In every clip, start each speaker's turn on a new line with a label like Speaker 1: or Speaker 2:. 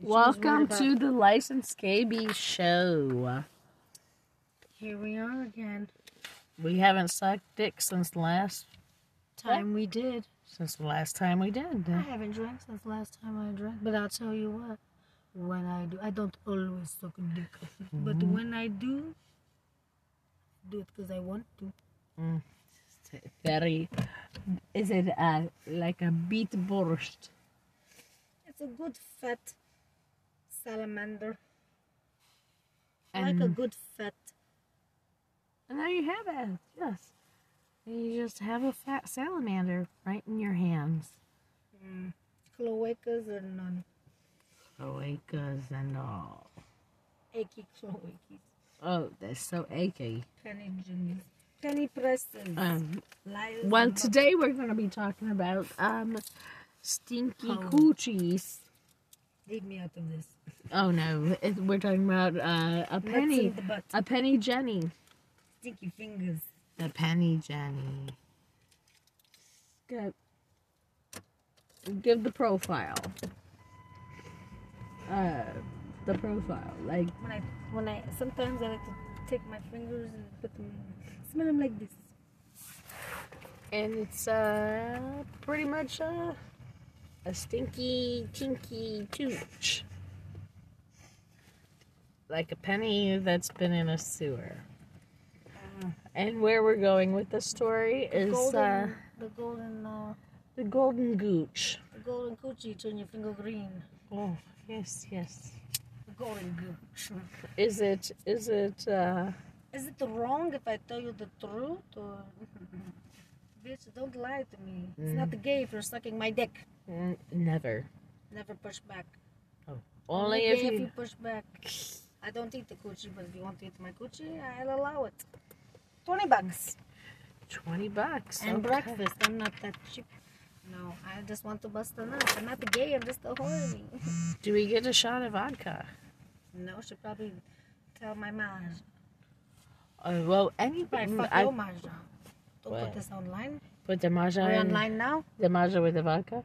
Speaker 1: Welcome to the Licensed KB show.
Speaker 2: Here we are again.
Speaker 1: We haven't sucked dick since last
Speaker 2: Time we did.
Speaker 1: since the last time we did.
Speaker 2: I haven't drank since last time I drank, but I'll tell you what. When I do, I don't always suck dick, but
Speaker 1: Mm-hmm.
Speaker 2: when I do, do it because I want to.
Speaker 1: Very is it uh, like a beet borscht?
Speaker 2: It's a good fat salamander. I like a
Speaker 1: And-
Speaker 2: good fat.
Speaker 1: And there you have it. Yes. You just have a fat salamander right in your hands.
Speaker 2: mm, Cloacas um, or non
Speaker 1: Cloacas and all.
Speaker 2: achy cloacas.
Speaker 1: Oh, that's so achy.
Speaker 2: Penny juniors. Penny presses.
Speaker 1: Um,
Speaker 2: Liars
Speaker 1: well,
Speaker 2: and
Speaker 1: today we're going to be talking about um, stinky
Speaker 2: Oh.
Speaker 1: coochies.
Speaker 2: Leave me out of this.
Speaker 1: Oh no, it, we're talking about uh, a
Speaker 2: Nuts in
Speaker 1: penny,
Speaker 2: the butt.
Speaker 1: a penny Jenny.
Speaker 2: Stinky fingers.
Speaker 1: The penny Jenny. Good. Give the profile. Uh, the profile, like
Speaker 2: When I, when I, sometimes I like to take my fingers and put them, smell them like this.
Speaker 1: and it's uh pretty much uh, a stinky kinky cooch like a penny that's been in a sewer Uh, and where we're going with the story is
Speaker 2: golden,
Speaker 1: uh,
Speaker 2: the golden, uh,
Speaker 1: the golden gooch
Speaker 2: the golden coochie turn your finger green.
Speaker 1: oh yes yes
Speaker 2: The golden gooch.
Speaker 1: is it is it uh
Speaker 2: Is it wrong if I tell you the truth or? Bitch, don't lie to me. It's
Speaker 1: Mm.
Speaker 2: not gay if you're sucking my dick.
Speaker 1: n- never
Speaker 2: Never push back.
Speaker 1: only if
Speaker 2: gay
Speaker 1: you
Speaker 2: push back. I don't eat the coochie, but if you want to eat my coochie, I'll allow it. 20 bucks.
Speaker 1: 20 bucks
Speaker 2: and
Speaker 1: okay.
Speaker 2: breakfast. I'm not that cheap. No, I just want to bust a nut. I'm not a gay, I'm just a horny.
Speaker 1: do we get a shot of vodka
Speaker 2: no, she probably tell my marge.
Speaker 1: oh well anybody
Speaker 2: Right, fuck
Speaker 1: I
Speaker 2: your marge. Don't
Speaker 1: Well.
Speaker 2: put this online.
Speaker 1: put the marja
Speaker 2: We're
Speaker 1: in
Speaker 2: online now.
Speaker 1: The Maja with the vodka?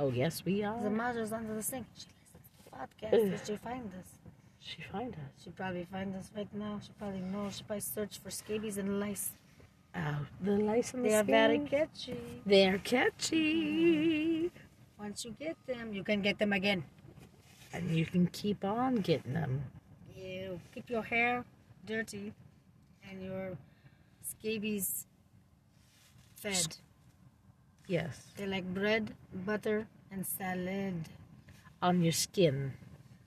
Speaker 1: Oh, yes, we
Speaker 2: The
Speaker 1: are.
Speaker 2: marge is under the sink. She listens to the podcast. Did she find us?
Speaker 1: She find us.
Speaker 2: She probably find us right now. She probably knows. She probably search for scabies and lice.
Speaker 1: Oh, the lice on the
Speaker 2: They are very
Speaker 1: skin.
Speaker 2: catchy.
Speaker 1: They are catchy.
Speaker 2: Once you get them, you can get them again.
Speaker 1: And you can keep on getting them.
Speaker 2: You keep your hair dirty and your scabies fed.
Speaker 1: Yes.
Speaker 2: They like bread, butter, and salad.
Speaker 1: On your skin.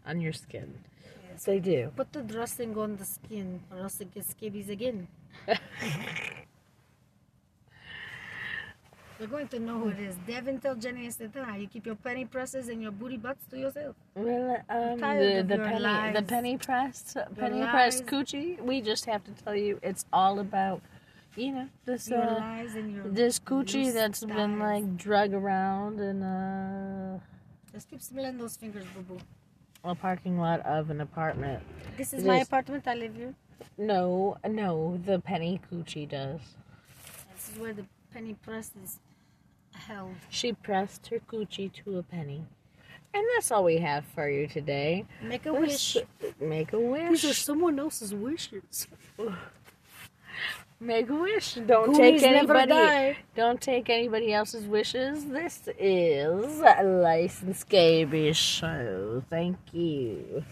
Speaker 1: On your skin. They do.
Speaker 2: Put the dressing on the skin or else it gets scabies again. You're going to know who it is. Devin, tell Jenny yesterday. You keep your penny presses and your booty butts to yourself.
Speaker 1: Well, um,
Speaker 2: tired
Speaker 1: the,
Speaker 2: of
Speaker 1: the
Speaker 2: your
Speaker 1: penny, the
Speaker 2: lies.
Speaker 1: penny press, uh, penny press
Speaker 2: lies.
Speaker 1: coochie. We just have to tell you, it's all about, you know, this
Speaker 2: your
Speaker 1: uh,
Speaker 2: lies and your
Speaker 1: this coochie
Speaker 2: loose
Speaker 1: that's been
Speaker 2: thighs.
Speaker 1: like drug around in a,
Speaker 2: Just keep smelling those fingers, boo boo.
Speaker 1: a parking lot of an apartment.
Speaker 2: This is
Speaker 1: It
Speaker 2: my
Speaker 1: is.
Speaker 2: apartment. I live here.
Speaker 1: No, no, the penny coochie does.
Speaker 2: This is where the penny press is held.
Speaker 1: She pressed her coochie to a penny. And that's all we have for you today.
Speaker 2: Make a
Speaker 1: Let's
Speaker 2: wish.
Speaker 1: Make a
Speaker 2: These are
Speaker 1: wish.
Speaker 2: someone else's wishes.
Speaker 1: Make a wish. Don't
Speaker 2: Goonies
Speaker 1: take
Speaker 2: never
Speaker 1: anybody.
Speaker 2: die.
Speaker 1: Don't take anybody else's wishes. This is a licensed Gaby show. Thank you.